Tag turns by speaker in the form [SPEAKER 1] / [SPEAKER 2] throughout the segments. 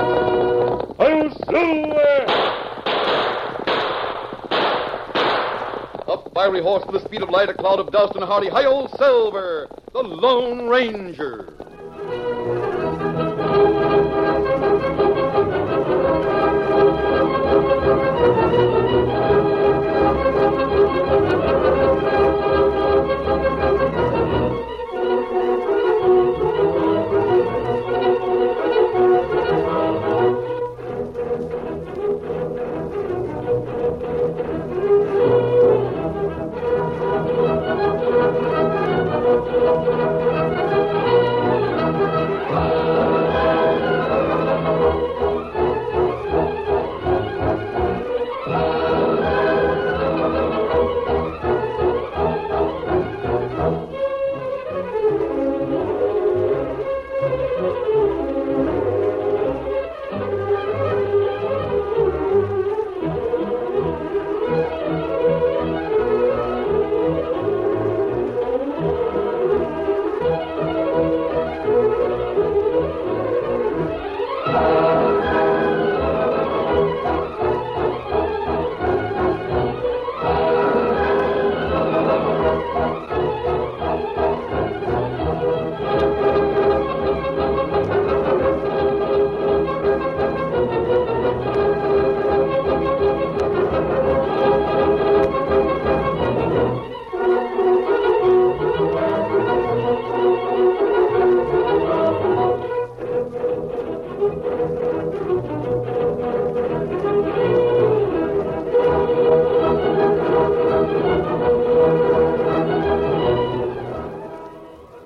[SPEAKER 1] Oh, Silver!
[SPEAKER 2] Up fiery horse to the speed of light, a cloud of dust, and a hearty hi old Silver, the Lone Ranger.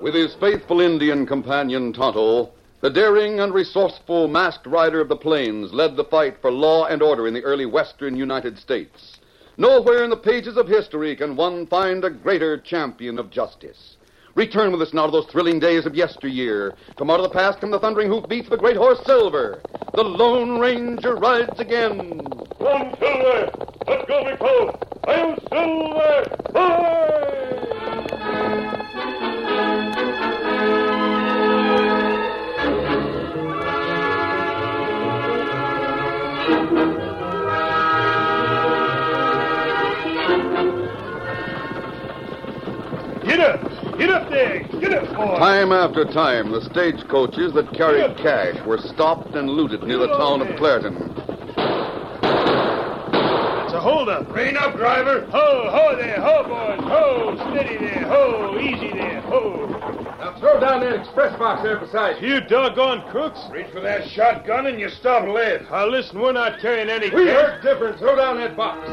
[SPEAKER 2] With his faithful Indian companion Tonto, the daring and resourceful masked rider of the plains led the fight for law and order in the early western United States. Nowhere in the pages of history can one find a greater champion of justice. Return with us now to those thrilling days of yesteryear. From out of the past come the thundering hoofbeats of the great horse Silver. The Lone Ranger rides again.
[SPEAKER 1] Come, Silver! Let's go, Big Fellow! I'm Silver! Hooray! Get up! Get up there! Get up, boy!
[SPEAKER 2] Time after time, the stagecoaches that carried cash were stopped and looted near the town of Clareton.
[SPEAKER 1] It's a holdup. Rein up, driver. Ho, ho there, ho, boys. Ho, steady there. Ho, easy there. Ho.
[SPEAKER 2] Now throw down that express box there beside
[SPEAKER 1] You doggone crooks. Reach for that shotgun and you stop lead. Now, listen, we're not carrying any
[SPEAKER 2] different. Throw down that box.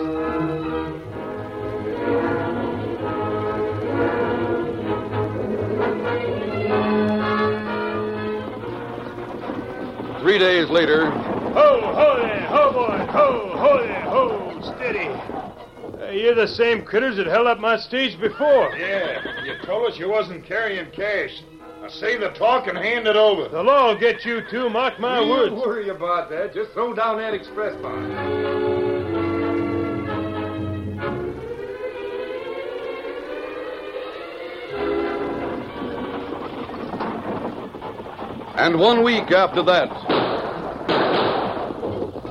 [SPEAKER 2] Three days later,
[SPEAKER 1] Ho, ho there, ho, boys. Ho, ho there, ho, steady. Uh, you're the same critters that held up my stage before.
[SPEAKER 3] Yeah, you told us you wasn't carrying cash. Now say the talk and hand it over.
[SPEAKER 1] The law will get you too, mark my words.
[SPEAKER 2] worry about that. Just throw down that express box. And one week after that,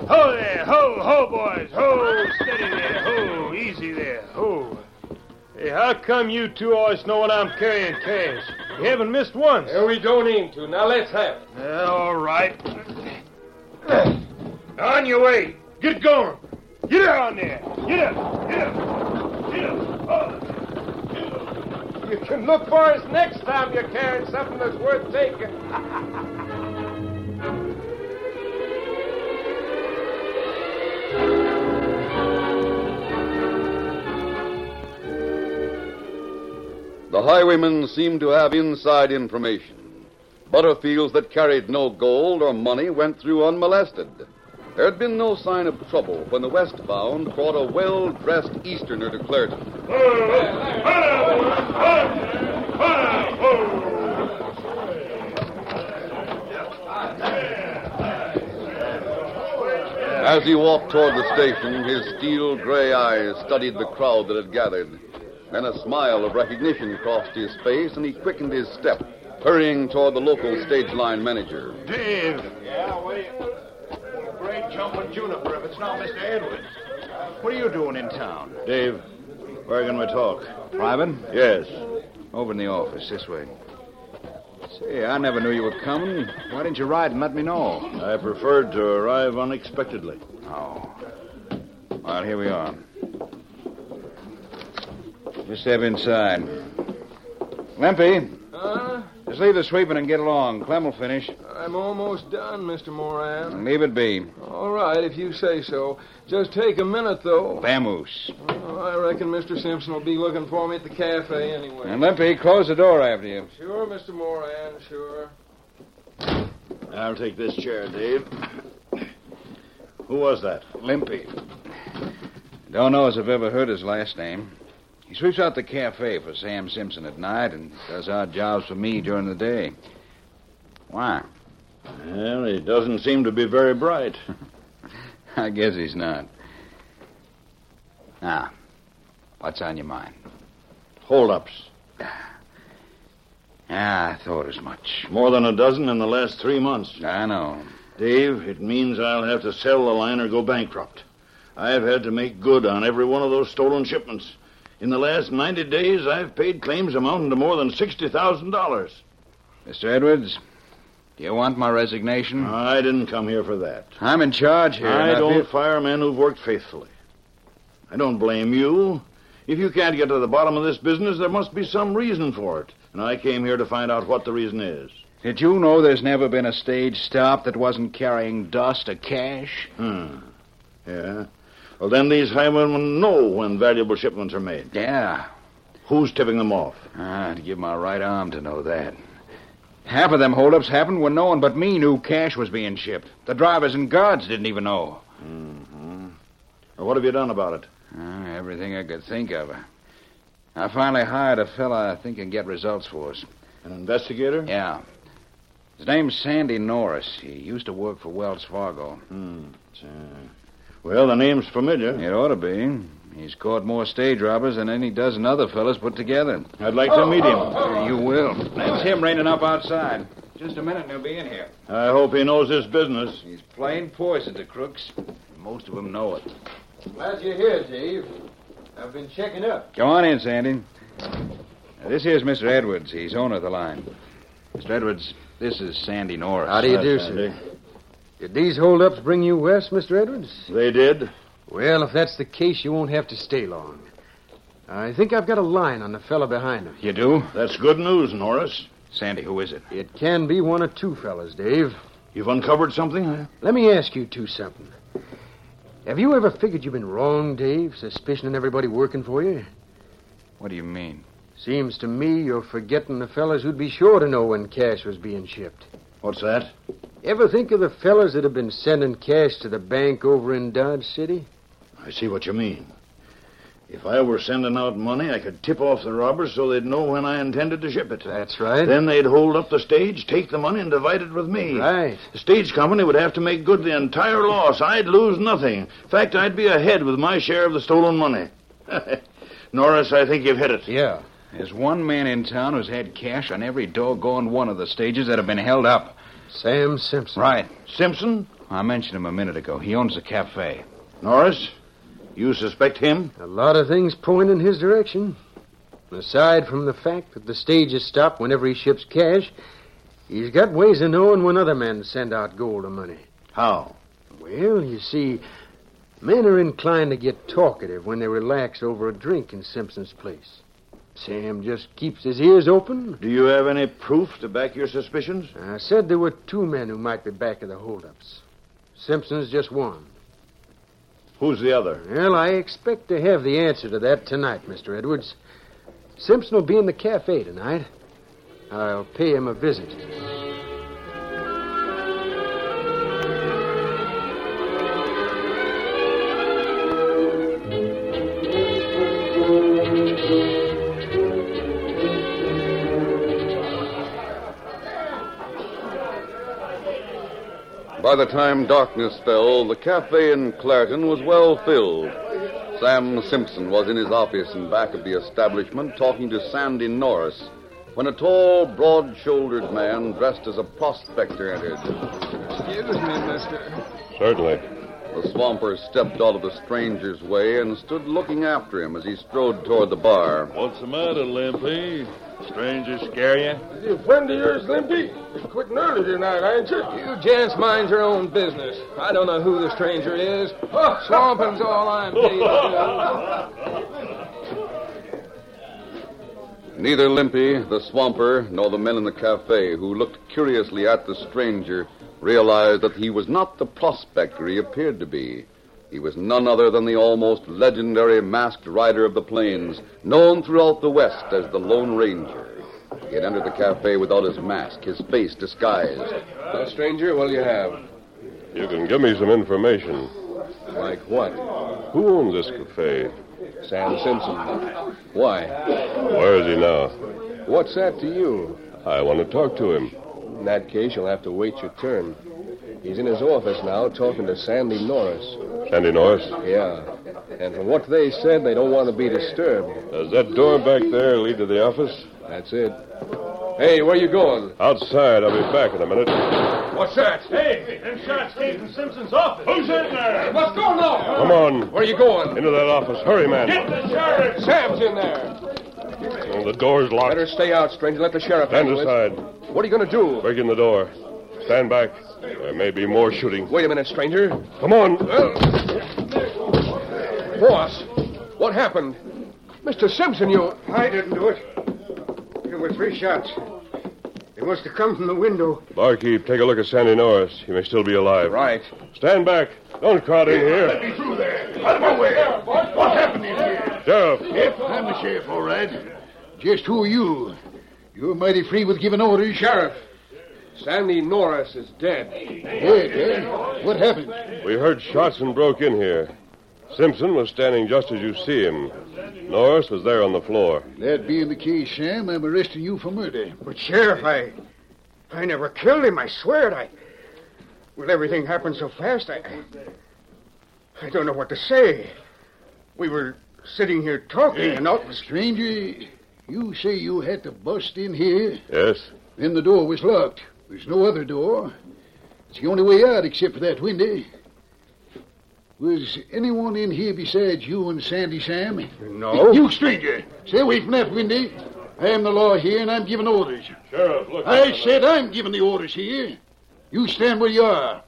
[SPEAKER 1] Ho there, ho, ho, boys. Ho, steady there. Ho, easy there. Ho. Hey, how come you two always know when I'm carrying cash? You haven't missed once.
[SPEAKER 3] we don't aim to. Now let's have it.
[SPEAKER 1] Yeah, all right.
[SPEAKER 3] On your way.
[SPEAKER 1] Get going. Get down there. Get up. Get up. Get up. Oh. Ho there.
[SPEAKER 3] You can look for us next time you're carrying something that's worth taking.
[SPEAKER 2] the highwaymen seemed to have inside information. Butterfields that carried no gold or money went through unmolested. There had been no sign of trouble when the westbound brought a well dressed Easterner to Clareton.
[SPEAKER 1] Ho, ho, ho, ho, ho. Oh.
[SPEAKER 2] As he walked toward the station, his steel gray eyes studied the crowd that had gathered. Then a smile of recognition crossed his face, and he quickened his step, hurrying toward the local stage line manager.
[SPEAKER 4] Dave,
[SPEAKER 3] Yeah, what do you... Great jumping juniper if it's not Mr. Edwards. What are you doing in town?
[SPEAKER 1] Dave, where can we talk?
[SPEAKER 3] Private?
[SPEAKER 1] Yes.
[SPEAKER 3] Over in the office, this way. Say, I never knew you were coming. Why didn't you ride and let me know?
[SPEAKER 1] I preferred to arrive unexpectedly.
[SPEAKER 3] Oh. Well, here we are. Just step inside. Lempy.
[SPEAKER 5] Huh?
[SPEAKER 3] Just leave the sweeping and get along. Clem will finish.
[SPEAKER 5] I'm almost done, Mr. Moran.
[SPEAKER 3] Leave it be.
[SPEAKER 5] All right, if you say so. Just take a minute, though.
[SPEAKER 3] Vamoose.
[SPEAKER 5] Oh, I reckon Mr. Simpson will be looking for me at the cafe anyway.
[SPEAKER 3] And Lempy, close the door after you.
[SPEAKER 5] Sure, Mr. Moran, sure.
[SPEAKER 1] I'll take this chair, Dave. Who was that?
[SPEAKER 3] Limpy. Don't know as I've ever heard his last name. He sweeps out the cafe for Sam Simpson at night and does odd jobs for me during the day. Why?
[SPEAKER 1] Well, he doesn't seem to be very bright.
[SPEAKER 3] I guess he's not. Now, what's on your mind?
[SPEAKER 1] Holdups.
[SPEAKER 3] Ah, I thought as much.
[SPEAKER 1] More than a dozen in the last three months.
[SPEAKER 3] I know.
[SPEAKER 1] Dave, it means I'll have to sell the line or go bankrupt. I've had to make good on every one of those stolen shipments. In the last 90 days, I've paid claims amounting to more than $60,000.
[SPEAKER 3] Mr. Edwards, do you want my resignation?
[SPEAKER 1] I didn't come here for that.
[SPEAKER 3] I'm in charge here. and
[SPEAKER 1] I
[SPEAKER 3] feel-
[SPEAKER 1] don't fire men who've worked faithfully. I don't blame you. If you can't get to the bottom of this business, there must be some reason for it. And I came here to find out what the reason is.
[SPEAKER 3] Did you know there's never been a stage stop that wasn't carrying dust or cash?
[SPEAKER 1] Hmm. Yeah? Well, then these highwaymen know when valuable shipments are made.
[SPEAKER 3] Yeah.
[SPEAKER 1] Who's tipping them off?
[SPEAKER 3] I'd Ah, give my right arm to know that. Half of them holdups happened when no one but me knew cash was being shipped. The drivers and guards didn't even know.
[SPEAKER 1] Or Mm-hmm. what have you done about it?
[SPEAKER 3] Uh, everything I could think of. I finally hired a fella I think can get results for us.
[SPEAKER 1] An investigator?
[SPEAKER 3] Yeah. His name's Sandy Norris. He used to work for Wells Fargo.
[SPEAKER 1] Hmm. it's, uh, Well, the name's familiar.
[SPEAKER 3] It ought to be. He's caught more stage robbers than any dozen other fellas put together.
[SPEAKER 1] I'd like to meet him.
[SPEAKER 3] Uh, you will. That's him reining up outside. Just a minute and he'll be in here.
[SPEAKER 1] I hope he knows his business.
[SPEAKER 3] He's plain poison to crooks. Most of them know it.
[SPEAKER 5] Glad you're here, Dave. I've been checking up.
[SPEAKER 3] Go on in, Sandy. Now, this here's Mr. Edwards. He's owner of the line. Mr. Edwards, this is Sandy Norris.
[SPEAKER 5] How do you
[SPEAKER 1] Hi,
[SPEAKER 5] do,
[SPEAKER 1] Sandy.
[SPEAKER 5] sir? Did these holdups bring you west, Mr. Edwards?
[SPEAKER 1] They did.
[SPEAKER 5] Well, if that's the case, you won't have to stay long. I think I've got a line on the fella behind him.
[SPEAKER 3] You do?
[SPEAKER 1] That's good news, Norris.
[SPEAKER 3] Sandy, who is it?
[SPEAKER 5] It can be one of two fellas, Dave.
[SPEAKER 1] You've uncovered something?
[SPEAKER 5] Let me ask you two something. Have you ever figured you've been wrong, Dave, suspicioning everybody working for you?
[SPEAKER 3] What do you mean?
[SPEAKER 5] Seems to me you're forgetting the fellas who'd be sure to know when cash was being shipped.
[SPEAKER 1] What's that?
[SPEAKER 5] Ever think of the fellas that have been sending cash to the bank over in Dodge City?
[SPEAKER 1] I see what you mean. If I were sending out money, I could tip off the robbers so they'd know when I intended to ship it.
[SPEAKER 5] That's right.
[SPEAKER 1] Then they'd hold up the stage, take the money, and divide it with me.
[SPEAKER 5] Right.
[SPEAKER 1] The stage company would have to make good the entire loss. I'd lose nothing. In fact, I'd be ahead with my share of the stolen money. Norris, I think you've hit it.
[SPEAKER 5] Yeah.
[SPEAKER 3] There's one man in town who's had cash on every doggone one of the stages that have been held up.
[SPEAKER 5] Sam Simpson.
[SPEAKER 3] Right.
[SPEAKER 1] Simpson?
[SPEAKER 3] I mentioned him a minute ago. He owns the cafe.
[SPEAKER 1] Norris? You suspect him?
[SPEAKER 5] A lot of things point in his direction. Aside from the fact that the stage is stopped whenever he ships cash, he's got ways of knowing when other men send out gold or money.
[SPEAKER 1] How?
[SPEAKER 5] Well, you see, men are inclined to get talkative when they relax over a drink in Simpson's place. Sam just keeps his ears open.
[SPEAKER 1] Do you have any proof to back your suspicions?
[SPEAKER 5] I said there were two men who might be back of the holdups. Simpson's just one.
[SPEAKER 1] Who's the other?
[SPEAKER 5] Well, I expect to have the answer to that tonight, Mr. Edwards. Simpson will be in the cafe tonight. I'll pay him a visit.
[SPEAKER 2] By the time darkness fell, the cafe in Clareton was well filled. Sam Simpson was in his office in back of the establishment talking to Sandy Norris when a tall, broad shouldered man dressed as a prospector entered.
[SPEAKER 6] Excuse me, mister.
[SPEAKER 7] Certainly.
[SPEAKER 2] The swamper stepped out of the stranger's way and stood looking after him as he strode toward the bar.
[SPEAKER 7] What's the matter, Limpy? Stranger scare you?
[SPEAKER 6] Is he a friend of yours, Limpy? You're quitting early tonight, ain't you? You gents mind your own business. I don't know who the stranger is. Swamping's all I'm paid
[SPEAKER 2] Neither Limpy, the swamper, nor the men in the cafe who looked curiously at the stranger realized that he was not the prospector he appeared to be. He was none other than the almost legendary masked rider of the plains, known throughout the West as the Lone Ranger. He had entered the cafe without his mask, his face disguised.
[SPEAKER 6] stranger, what'll you have?
[SPEAKER 7] You can give me some information.
[SPEAKER 6] Like what?
[SPEAKER 7] Who owns this cafe?
[SPEAKER 6] Sam Simpson. Why?
[SPEAKER 7] Where is he now?
[SPEAKER 6] What's that to you?
[SPEAKER 7] I want to talk to him.
[SPEAKER 6] In that case, you'll have to wait your turn. He's in his office now talking to Sandy Norris.
[SPEAKER 7] Sandy Norris,
[SPEAKER 6] Yeah. And from what they said, they don't want to be disturbed.
[SPEAKER 7] does that door back there lead to the office?
[SPEAKER 6] That's it. Hey, where you going?
[SPEAKER 7] Outside. I'll be back in a minute.
[SPEAKER 6] What's that?
[SPEAKER 1] Hey, them shots came from Simpson's office.
[SPEAKER 7] Who's in there?
[SPEAKER 6] What's going on?
[SPEAKER 7] Come on.
[SPEAKER 6] Where are you going?
[SPEAKER 7] Into that office. Hurry, man.
[SPEAKER 1] the sheriff!
[SPEAKER 6] Sam's in there.
[SPEAKER 7] Oh, the door's locked.
[SPEAKER 6] Better stay out, stranger. Let the sheriff
[SPEAKER 7] Stand
[SPEAKER 6] handle it.
[SPEAKER 7] aside.
[SPEAKER 6] What are you going to do?
[SPEAKER 7] Break in the door. Stand back. There may be more shooting.
[SPEAKER 6] Wait a minute, stranger.
[SPEAKER 7] Come on.
[SPEAKER 6] Boss, what happened? Mr. Simpson, you.
[SPEAKER 5] I didn't do it. There were three shots. They must have come from the window.
[SPEAKER 7] Barkeep, take a look at Sandy Norris. He may still be alive.
[SPEAKER 6] Right.
[SPEAKER 7] Stand back. Don't crowd in here.
[SPEAKER 8] me through there. Out of my way. What's happening here?
[SPEAKER 7] Sheriff,
[SPEAKER 8] Yep, I'm the sheriff, all right. Just who are you? You're mighty free with giving orders. Sheriff.
[SPEAKER 6] Sandy Norris is dead.
[SPEAKER 8] Dead, eh? What happened?
[SPEAKER 7] we heard shots and broke in here. Simpson was standing just as you see him. Norris was there on the floor.
[SPEAKER 8] That being the case, Sam, I'm arresting you for murder.
[SPEAKER 5] But, Sheriff, I. I never killed him. I swear it. I. Well, everything happened so fast, I. I don't know what to say. We were sitting here talking, and all.
[SPEAKER 8] Stranger, you say you had to bust in here.
[SPEAKER 7] Yes?
[SPEAKER 8] Then the door was locked. There's no other door. It's the only way out except for that window. Was anyone in here besides you and Sandy Sam?
[SPEAKER 5] No.
[SPEAKER 8] You, stranger, stay away from that window. I am the law here, and I'm giving orders.
[SPEAKER 7] Sheriff, look.
[SPEAKER 8] I said I'm giving the orders here. You stand where you are.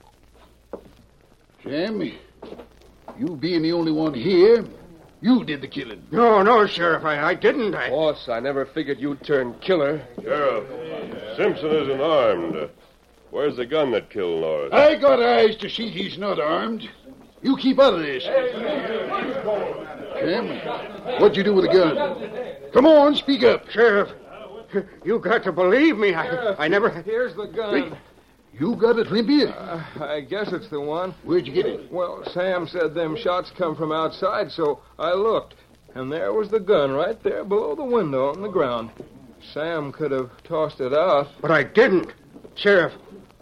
[SPEAKER 8] Sam, you being the only one here, you did the killing.
[SPEAKER 5] No, no, Sheriff, I, I didn't. I.
[SPEAKER 6] Boss, I never figured you'd turn killer.
[SPEAKER 7] Sheriff, Simpson isn't armed. Where's the gun that killed Norris?
[SPEAKER 8] I got eyes to see he's not armed. You keep out of this. Sam, what'd you do with the gun? Come on, speak up.
[SPEAKER 5] Sheriff, you got to believe me. I, I never.
[SPEAKER 6] Here's the gun.
[SPEAKER 8] You got it, Limpy?
[SPEAKER 6] I guess it's the one.
[SPEAKER 8] Where'd you get it?
[SPEAKER 6] Well, Sam said them shots come from outside, so I looked. And there was the gun right there below the window on the ground. Sam could have tossed it out.
[SPEAKER 5] But I didn't. Sheriff,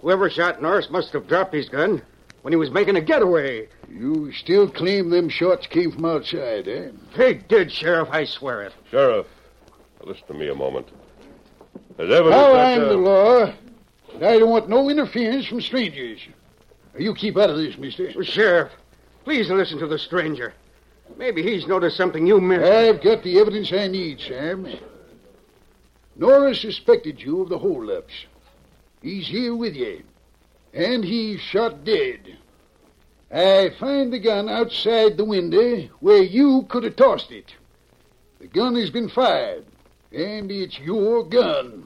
[SPEAKER 5] whoever shot Norris must have dropped his gun when he was making a getaway.
[SPEAKER 8] You still claim them shots came from outside, eh?
[SPEAKER 5] They did, Sheriff, I swear it.
[SPEAKER 7] Sheriff, listen to me a moment. There's evidence
[SPEAKER 8] Now
[SPEAKER 7] that,
[SPEAKER 8] I'm
[SPEAKER 7] uh,
[SPEAKER 8] the law. and I don't want no interference from strangers. You keep out of this, mister.
[SPEAKER 5] Well, Sheriff, please listen to the stranger. Maybe he's noticed something you missed.
[SPEAKER 8] I've got the evidence I need, Sam. Norris suspected you of the holdups. He's here with you. And he's shot dead. I find the gun outside the window where you could have tossed it. The gun has been fired, and it's your gun.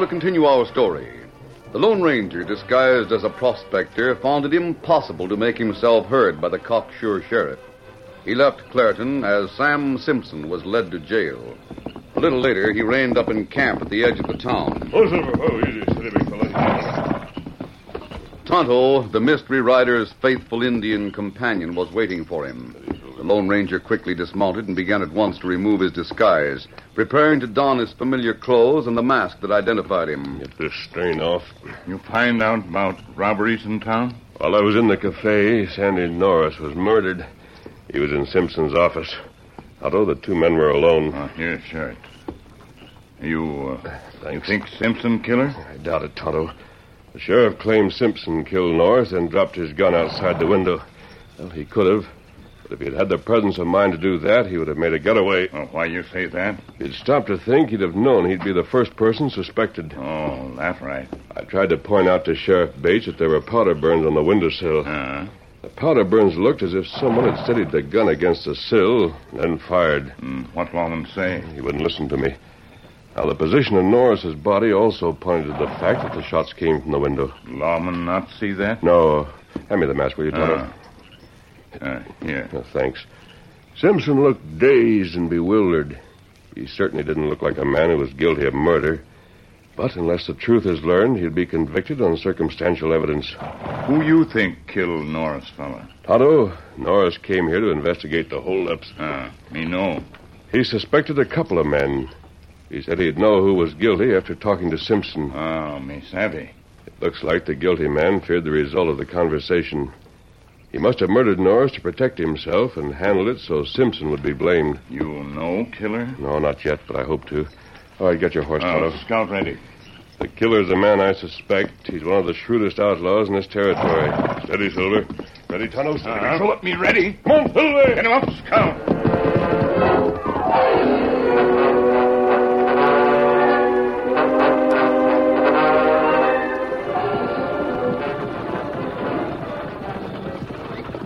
[SPEAKER 2] to continue our story. The Lone Ranger, disguised as a prospector, found it impossible to make himself heard by the cocksure sheriff. He left Clareton as Sam Simpson was led to jail. A little later, he reined up in camp at the edge of the town.
[SPEAKER 7] Oh, Silver. Oh, easy, steady, big fella.
[SPEAKER 2] Tonto, the mystery rider's faithful Indian companion, was waiting for him. The Lone Ranger quickly dismounted and began at once to remove his disguise, preparing to don his familiar clothes and the mask that identified him.
[SPEAKER 7] Get this stain off.
[SPEAKER 9] You find out about robberies in town?
[SPEAKER 7] While I was in the cafe, Sandy Norris was murdered. He was in Simpson's office. Although the two men were alone,
[SPEAKER 9] Oh, here, sure. You, uh, you think Simpson killer?
[SPEAKER 7] I doubt it, Tonto. The sheriff claimed Simpson killed Norris and dropped his gun outside the window. Well, he could have. But if he'd had the presence of mind to do that, he would have made a getaway.
[SPEAKER 9] Oh, why you say that?
[SPEAKER 7] If he'd stopped to think, he'd have known he'd be the first person suspected.
[SPEAKER 9] Oh, that's right.
[SPEAKER 7] I tried to point out to Sheriff Bates that there were powder burns on the windowsill.
[SPEAKER 9] Uh,
[SPEAKER 7] The powder burns looked as if someone had steadied the gun against the sill, then fired.
[SPEAKER 9] mm, what will them say?
[SPEAKER 7] He wouldn't listen to me. Now, the position of Norris's body also pointed to the fact that the shots came from the window.
[SPEAKER 9] Lawman not see that?
[SPEAKER 7] No, hand me the mask, will you, Tonto?
[SPEAKER 9] Uh, uh, here.
[SPEAKER 7] No, thanks. Simpson looked dazed and bewildered. He certainly didn't look like a man who was guilty of murder. But unless the truth is learned, he'll be convicted on circumstantial evidence.
[SPEAKER 9] Who you think killed Norris, fella?
[SPEAKER 7] Tonto, Norris came here to investigate the holdups.
[SPEAKER 9] Uh, me know.
[SPEAKER 7] He suspected a couple of men. He said he'd know who was guilty after talking to Simpson.
[SPEAKER 9] Oh, me savvy.
[SPEAKER 7] It looks like the guilty man feared the result of the conversation. He must have murdered Norris to protect himself and handled it so Simpson would be blamed.
[SPEAKER 9] You know killer?
[SPEAKER 7] No, not yet, but I hope to. All right, get your horse,
[SPEAKER 9] Uh,
[SPEAKER 7] Tonto.
[SPEAKER 9] scout ready.
[SPEAKER 7] The killer's the man I suspect. He's one of the shrewdest outlaws in this territory. Steady, Silver. Ready, Tonto? Steady.
[SPEAKER 1] Uh-huh.
[SPEAKER 9] Uh, let me ready.
[SPEAKER 7] Come on, Silver!
[SPEAKER 9] Get him up, scout.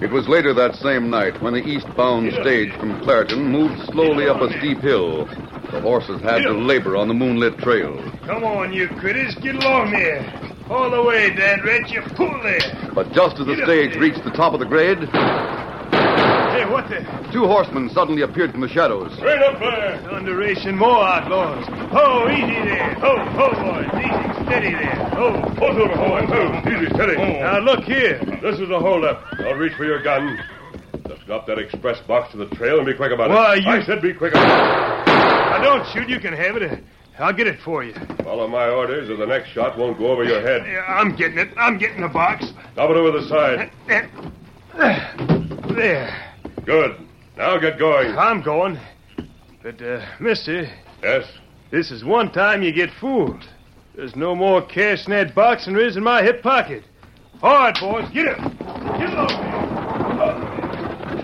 [SPEAKER 2] It was later that same night when the eastbound stage from Clareton moved slowly up a steep hill. The horses had to labor on the moonlit trail.
[SPEAKER 1] Come on, you critters. Get along there. All the way, Dan Red. You fool there.
[SPEAKER 2] But just as the stage reached the top of the grade,
[SPEAKER 1] Hey, what the?
[SPEAKER 2] two horsemen suddenly appeared from the shadows.
[SPEAKER 7] Straight up there!
[SPEAKER 1] Thunderation, more outlaws. Ho, easy there. Ho, ho, boys. Easy, steady there. Ho.
[SPEAKER 7] Hold Silver, hold on. Easy, steady.
[SPEAKER 1] Now, look here.
[SPEAKER 7] This is a holdup. Now reach for your gun. Just drop that express box to the trail and be quick about
[SPEAKER 1] Why,
[SPEAKER 7] it.
[SPEAKER 1] you-
[SPEAKER 7] I said be quick about
[SPEAKER 1] Now, don't shoot. You can have it. I'll get it for you.
[SPEAKER 7] it. Follow my orders or the next shot won't go over your head.
[SPEAKER 1] Yeah, I'm getting it. I'm getting the box.
[SPEAKER 7] Stop it over the side.
[SPEAKER 1] Eh, There.
[SPEAKER 7] Good. Now get going.
[SPEAKER 1] I'm going. But, uh, mister,
[SPEAKER 7] Yes?
[SPEAKER 1] this is one time you get fooled. There's no more cash in that box than there is in my hip pocket. All right, boys, get up. Get along.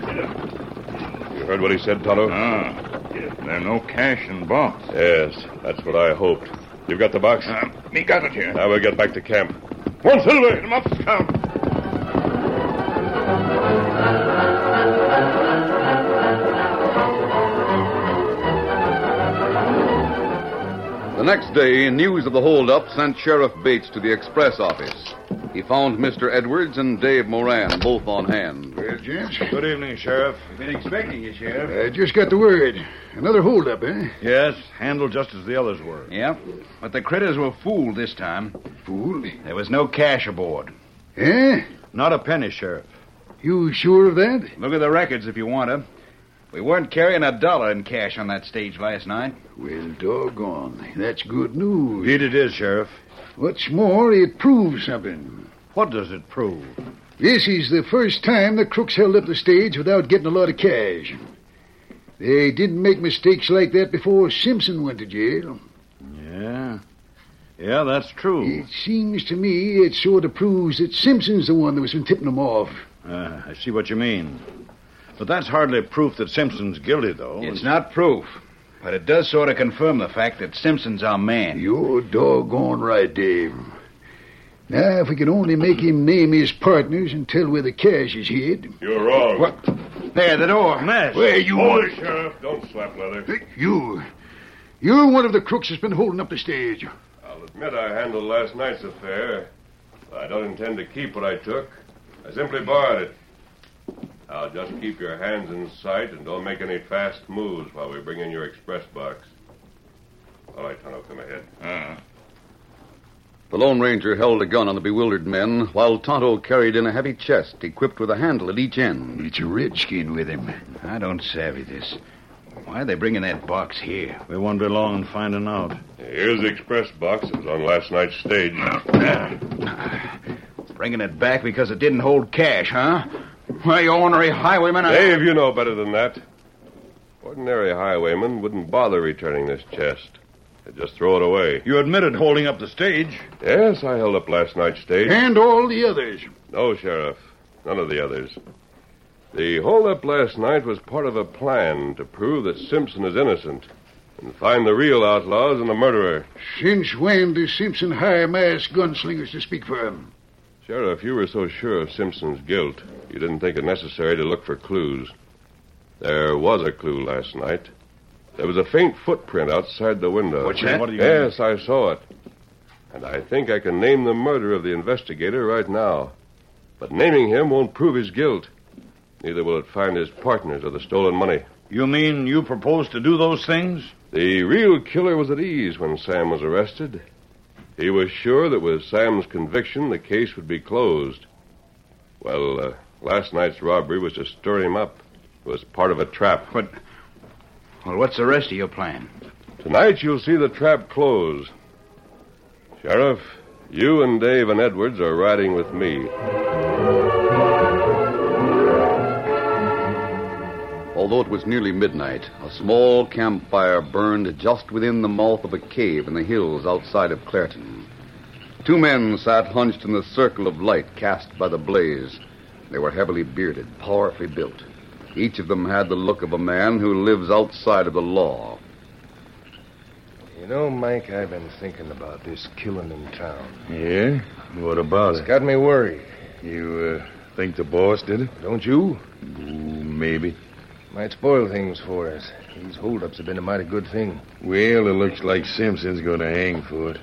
[SPEAKER 1] Get up.
[SPEAKER 7] You heard what he said, Tonto?
[SPEAKER 9] Ah, there no cash in box.
[SPEAKER 7] Yes, that's what I hoped. You've got the box?
[SPEAKER 3] Ah.
[SPEAKER 9] Uh, me got it here.
[SPEAKER 7] Now we'll get back to camp. One silver!
[SPEAKER 9] Get him up, scout.
[SPEAKER 2] The next day, news of the holdup sent Sheriff Bates to the express office. He found Mr. Edwards and Dave Moran both on hand.
[SPEAKER 10] Well, gents,
[SPEAKER 8] Good evening, Sheriff.
[SPEAKER 3] Been expecting you, Sheriff.
[SPEAKER 10] I Uh, just got the word. Another holdup, eh?
[SPEAKER 8] Yes, handled just as the others were.
[SPEAKER 3] Yep. But the critters were fooled this time.
[SPEAKER 10] Fool.
[SPEAKER 3] There was no cash aboard.
[SPEAKER 10] Eh?
[SPEAKER 8] Not a penny, Sheriff.
[SPEAKER 10] You sure of that?
[SPEAKER 3] Look at the records if you want to. We weren't carrying a dollar in cash on that stage last night.
[SPEAKER 10] Well, doggone. That's good news.
[SPEAKER 8] Indeed it is, Sheriff.
[SPEAKER 10] What's more, it proves something.
[SPEAKER 8] What does it prove?
[SPEAKER 10] This is the first time the crooks held up the stage without getting a lot of cash. They didn't make mistakes like that before Simpson went to jail.
[SPEAKER 8] Yeah. Yeah, that's true.
[SPEAKER 10] It seems to me it sort of proves that Simpson's the one that was been tipping them off.
[SPEAKER 8] Uh, I see what you mean. But that's hardly proof that Simpson's guilty, though.
[SPEAKER 3] It's not proof, but it does sort of confirm the fact that Simpson's our man.
[SPEAKER 10] You're doggone right, Dave. Now, if we could only make him name his partners and tell where the cash is hid.
[SPEAKER 7] You're wrong.
[SPEAKER 3] What? There, the door.
[SPEAKER 8] Matt.
[SPEAKER 10] Where you
[SPEAKER 7] Hold it, Sheriff. Don't slap leather.
[SPEAKER 10] You. You're one of the crooks that's been holding up the stage.
[SPEAKER 7] I'll admit admit I handled last night's affair. I don't intend to keep what I took. I simply borrowed it. Now, just keep your hands in sight and don't make any fast moves while we bring in your express box. All right, Tonto, come ahead.
[SPEAKER 2] The Lone Ranger held a gun on the bewildered men, while Tonto carried in a heavy chest equipped with a handle at each end.
[SPEAKER 3] It's a redskin with him. I don't savvy this. Why are they bringing that box here?
[SPEAKER 8] We won't be long in finding out.
[SPEAKER 7] Here's the express box. It was on last night's stage.
[SPEAKER 3] Bringing it back because it didn't hold cash, huh? Why, you ornery highwayman, I...
[SPEAKER 7] Dave, you know better than that. Ordinary highwaymen wouldn't bother returning this chest. They'd just throw it away.
[SPEAKER 8] You admitted holding up the stage.
[SPEAKER 7] Yes, I held up last night's stage.
[SPEAKER 10] And all the others.
[SPEAKER 7] No, Sheriff. None of the others. The holdup last night was part of a plan to prove that Simpson is innocent and find the real outlaws and the murderer.
[SPEAKER 10] Since when did Simpson hire masked gunslingers to speak for him?
[SPEAKER 7] Sheriff, you were so sure of Simpson's guilt, you didn't think it necessary to look for clues. There was a clue last night. There was a faint footprint outside the window.
[SPEAKER 3] What's that?
[SPEAKER 8] What do you-
[SPEAKER 7] Yes, I saw it. And I think I can name the murderer of the investigator right now. But naming him won't prove his guilt. Neither will it find his partners or the stolen money.
[SPEAKER 8] You mean you propose to do those things?
[SPEAKER 7] The real killer was at ease when Sam was arrested. He was sure that with Sam's conviction, the case would be closed. Well, uh, last night's robbery was to stir him up. It was part of a trap.
[SPEAKER 3] But- Well, what's the rest of your plan?
[SPEAKER 7] Tonight you'll see the trap close. Sheriff, you and Dave and Edwards are riding with me.
[SPEAKER 2] Although it was nearly midnight, a small campfire burned just within the mouth of a cave in the hills outside of Clareton. Two men sat hunched in the circle of light cast by the blaze. They were heavily bearded, powerfully built. Each of them had the look of a man who lives outside of the law.
[SPEAKER 11] You know, Mike, I've been thinking about this killing in town.
[SPEAKER 9] Yeah? What about
[SPEAKER 11] It's got me worried,
[SPEAKER 9] You uh, think the boss did it?
[SPEAKER 11] don't you?
[SPEAKER 9] Maybe.
[SPEAKER 11] Might spoil things for us. These holdups have been a mighty good thing.
[SPEAKER 9] Well, it looks like Simpson's going to hang for it.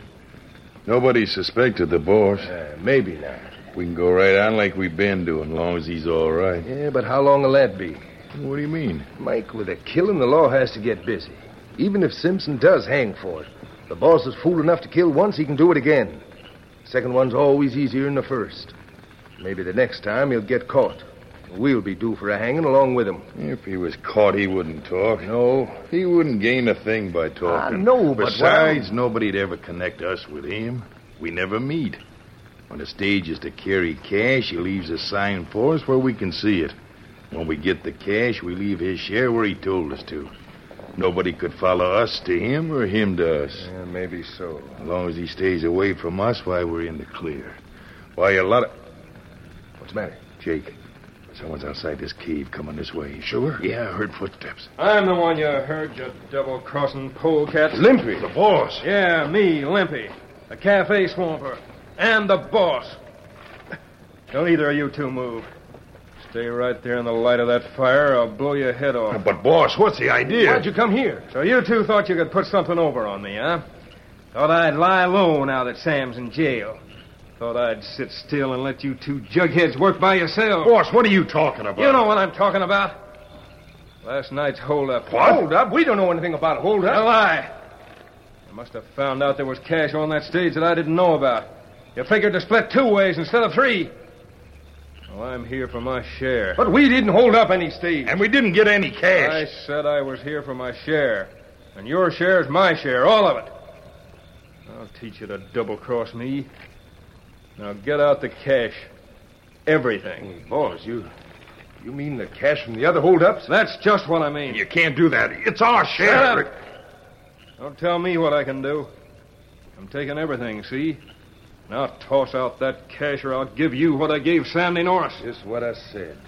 [SPEAKER 9] Nobody suspected the boss.
[SPEAKER 11] Uh, maybe not.
[SPEAKER 9] We can go right on like we've been doing, long as he's all right.
[SPEAKER 11] Yeah, but how long will that be?
[SPEAKER 9] What do you mean?
[SPEAKER 11] Mike, with a killing, the law has to get busy. Even if Simpson does hang for it, the boss is fool enough to kill once, he can do it again. Second one's always easier than the first. Maybe the next time he'll get caught. We'll be due for a hanging along with him.
[SPEAKER 9] If he was caught, he wouldn't talk.
[SPEAKER 11] No,
[SPEAKER 9] He wouldn't gain a thing by talking.
[SPEAKER 11] I
[SPEAKER 5] Ah,
[SPEAKER 11] know, but
[SPEAKER 9] Besides, nobody'd ever connect us with him. We never meet. When the stage is to carry cash, he leaves a sign for us where we can see it. When we get the cash, we leave his share where he told us to. Nobody could follow us to him or him to us.
[SPEAKER 11] Yeah, maybe so.
[SPEAKER 9] As long as he stays away from us, why, we're in the clear. Why, a lot of.
[SPEAKER 11] What's the matter?
[SPEAKER 9] Jake, someone's outside this cave coming this way. Sure? Yeah, I heard footsteps.
[SPEAKER 6] I'm the one you heard, you double crossing polecat.
[SPEAKER 9] Limpy! The boss!
[SPEAKER 6] Yeah, me, Limpy, the cafe swamper, and the boss. Don't either of you two move. Stay right there in the light of that fire, or I'll blow your head off.
[SPEAKER 9] But, boss, what's the idea?
[SPEAKER 6] Why'd you come here? So you two thought you could put something over on me, huh? Thought I'd lie low now that Sam's in jail. Thought I'd sit still and let you two jugheads work by yourselves.
[SPEAKER 9] Boss, what are you talking about?
[SPEAKER 6] You know what I'm talking about. Last night's holdup.
[SPEAKER 9] What?
[SPEAKER 6] Hold up? We don't know anything about holdup. A lie. You must have found out there was cash on that stage that I didn't know about. You figured to split two ways instead of three. Well, I'm here for my share. But we didn't hold up any stage.
[SPEAKER 9] And we didn't get any
[SPEAKER 6] I
[SPEAKER 9] cash.
[SPEAKER 6] said I was here for my share. And your share is my share, all of it. I'll teach you to double cross me. Now get out the cash. Everything.
[SPEAKER 11] Boss, you. You mean the cash from the other holdups?
[SPEAKER 6] That's just what I mean.
[SPEAKER 9] You can't do that. It's our
[SPEAKER 6] Shut
[SPEAKER 9] share.
[SPEAKER 6] up. Don't tell me what I can do. I'm taking everything, see? Now toss out that cash or I'll give you what I gave Sandy Norris.
[SPEAKER 11] Just what I said.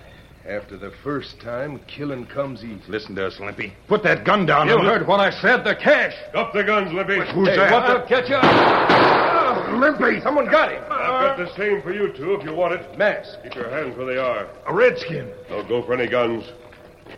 [SPEAKER 11] After the first time, killing comes easy.
[SPEAKER 9] Listen to us, Limpy. Put that gun down.
[SPEAKER 6] You
[SPEAKER 9] and-
[SPEAKER 6] heard what I said, the cash.
[SPEAKER 7] Up the guns, Libby.
[SPEAKER 9] Who's
[SPEAKER 6] Hey,
[SPEAKER 9] that?
[SPEAKER 6] what the catch up?
[SPEAKER 9] Limpy! Someone got him.
[SPEAKER 6] Uh,
[SPEAKER 7] I've got the same for you two if you want it.
[SPEAKER 6] Mask.
[SPEAKER 7] Keep your hands where they are.
[SPEAKER 9] A redskin.
[SPEAKER 7] Don't go for any guns.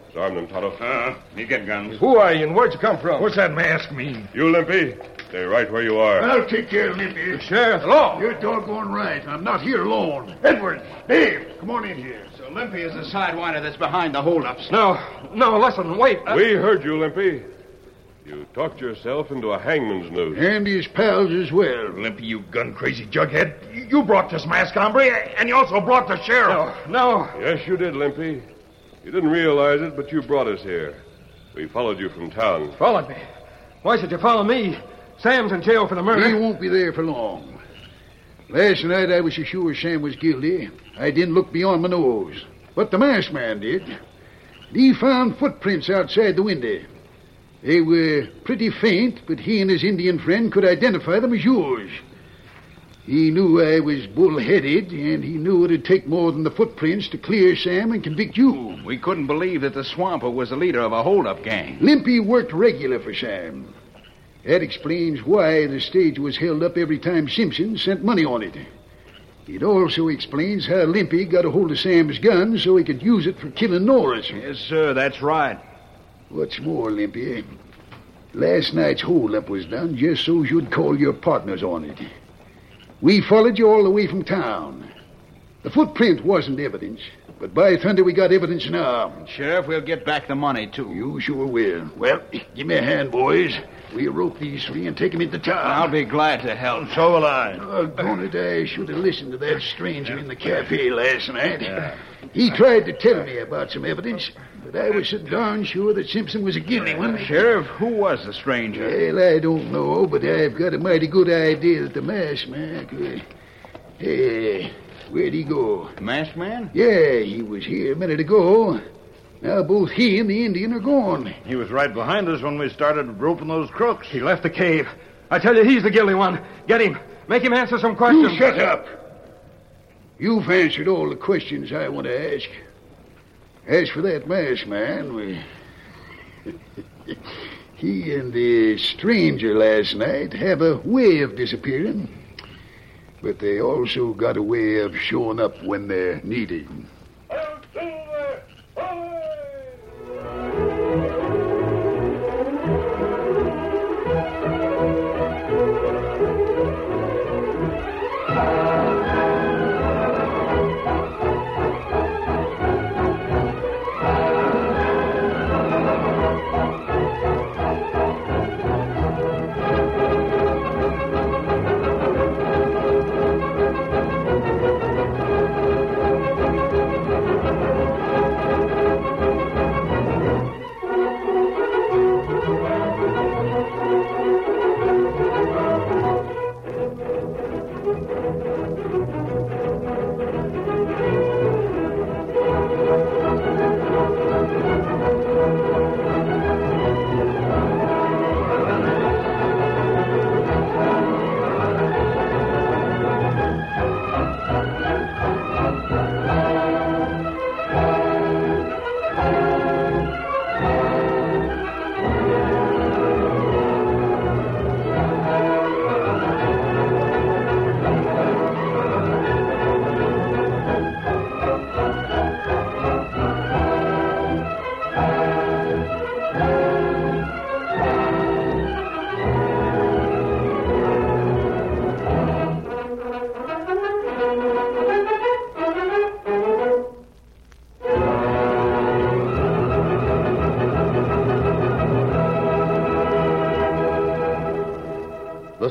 [SPEAKER 7] Disarm them, Tonto. Uh,
[SPEAKER 9] You get guns.
[SPEAKER 11] Who are you and where'd you come from?
[SPEAKER 9] What's that mask mean?
[SPEAKER 7] You, Limpy, Stay right where you
[SPEAKER 11] Uh,
[SPEAKER 7] are.
[SPEAKER 1] I'll take care of Limpy.
[SPEAKER 6] Sheriff, law.
[SPEAKER 1] You're doggone right. I'm not here alone. Edward, Dave, come on in here.
[SPEAKER 3] So Limpy is the sidewinder that's behind the holdups.
[SPEAKER 6] No, no, listen, wait. Uh,
[SPEAKER 7] We heard you, Limpy. You talked yourself into a hangman's noose.
[SPEAKER 2] And his pals as well.
[SPEAKER 1] Limpy, you gun crazy jughead. You brought this mask, hombre, and you also brought the
[SPEAKER 2] Oh,
[SPEAKER 1] sheriff.
[SPEAKER 6] No.
[SPEAKER 7] Yes, you did, Limpy. You didn't realize it, but you brought us here. We followed you from town.
[SPEAKER 6] Followed me? Why should you follow me? Sam's in jail for the murder.
[SPEAKER 2] He won't be there for long. Last night I was assured Sam was guilty. I didn't look beyond my nose. But the masked man did. He found footprints outside the window. They were pretty faint, but he and his Indian friend could identify them as yours. He knew I was bullheaded, and he knew it'd take more than the footprints to clear Sam and convict you.
[SPEAKER 3] We couldn't believe that the swamper was the leader of a holdup gang.
[SPEAKER 2] Limpy worked regular for Sam. That explains why the stage was held up every time Simpson sent money on it. It also explains how Limpy got a hold of Sam's gun so he could use it for killing Norris.
[SPEAKER 3] Yes, sir, that's right.
[SPEAKER 2] What's more, Limpy, eh? last night's holdup was done just so you'd call your partners on it. We followed you all the way from town. The footprint wasn't evidence, but by thunder, we got evidence now.
[SPEAKER 3] Sheriff, we'll get back the money, too.
[SPEAKER 2] You sure will. Well, give me a hand, boys. We'll rope these three and take 'em into town.
[SPEAKER 3] I'll be glad to help.
[SPEAKER 2] So will I. Doggone it, I should have listened to that stranger in the cafe last night. He tried to tell me about some evidence, but I was so darn sure that Simpson was a guilty one.
[SPEAKER 3] Sheriff, who was the stranger?
[SPEAKER 2] Well, I don't know, but I've got a mighty good idea that the masked man could. Hey, where'd he go?
[SPEAKER 3] Masked man?
[SPEAKER 2] Yeah, he was here a minute ago. Now both he and the Indian are gone.
[SPEAKER 12] He was right behind us when we started roping those crooks.
[SPEAKER 6] He left the cave. I tell you, he's the guilty one. Get him. Make him answer some questions.
[SPEAKER 2] You shut up. You've answered all the questions I want to ask. As for that masked man, we. he and the stranger last night have a way of disappearing, but they also got a way of showing up when they're needed.
[SPEAKER 13] The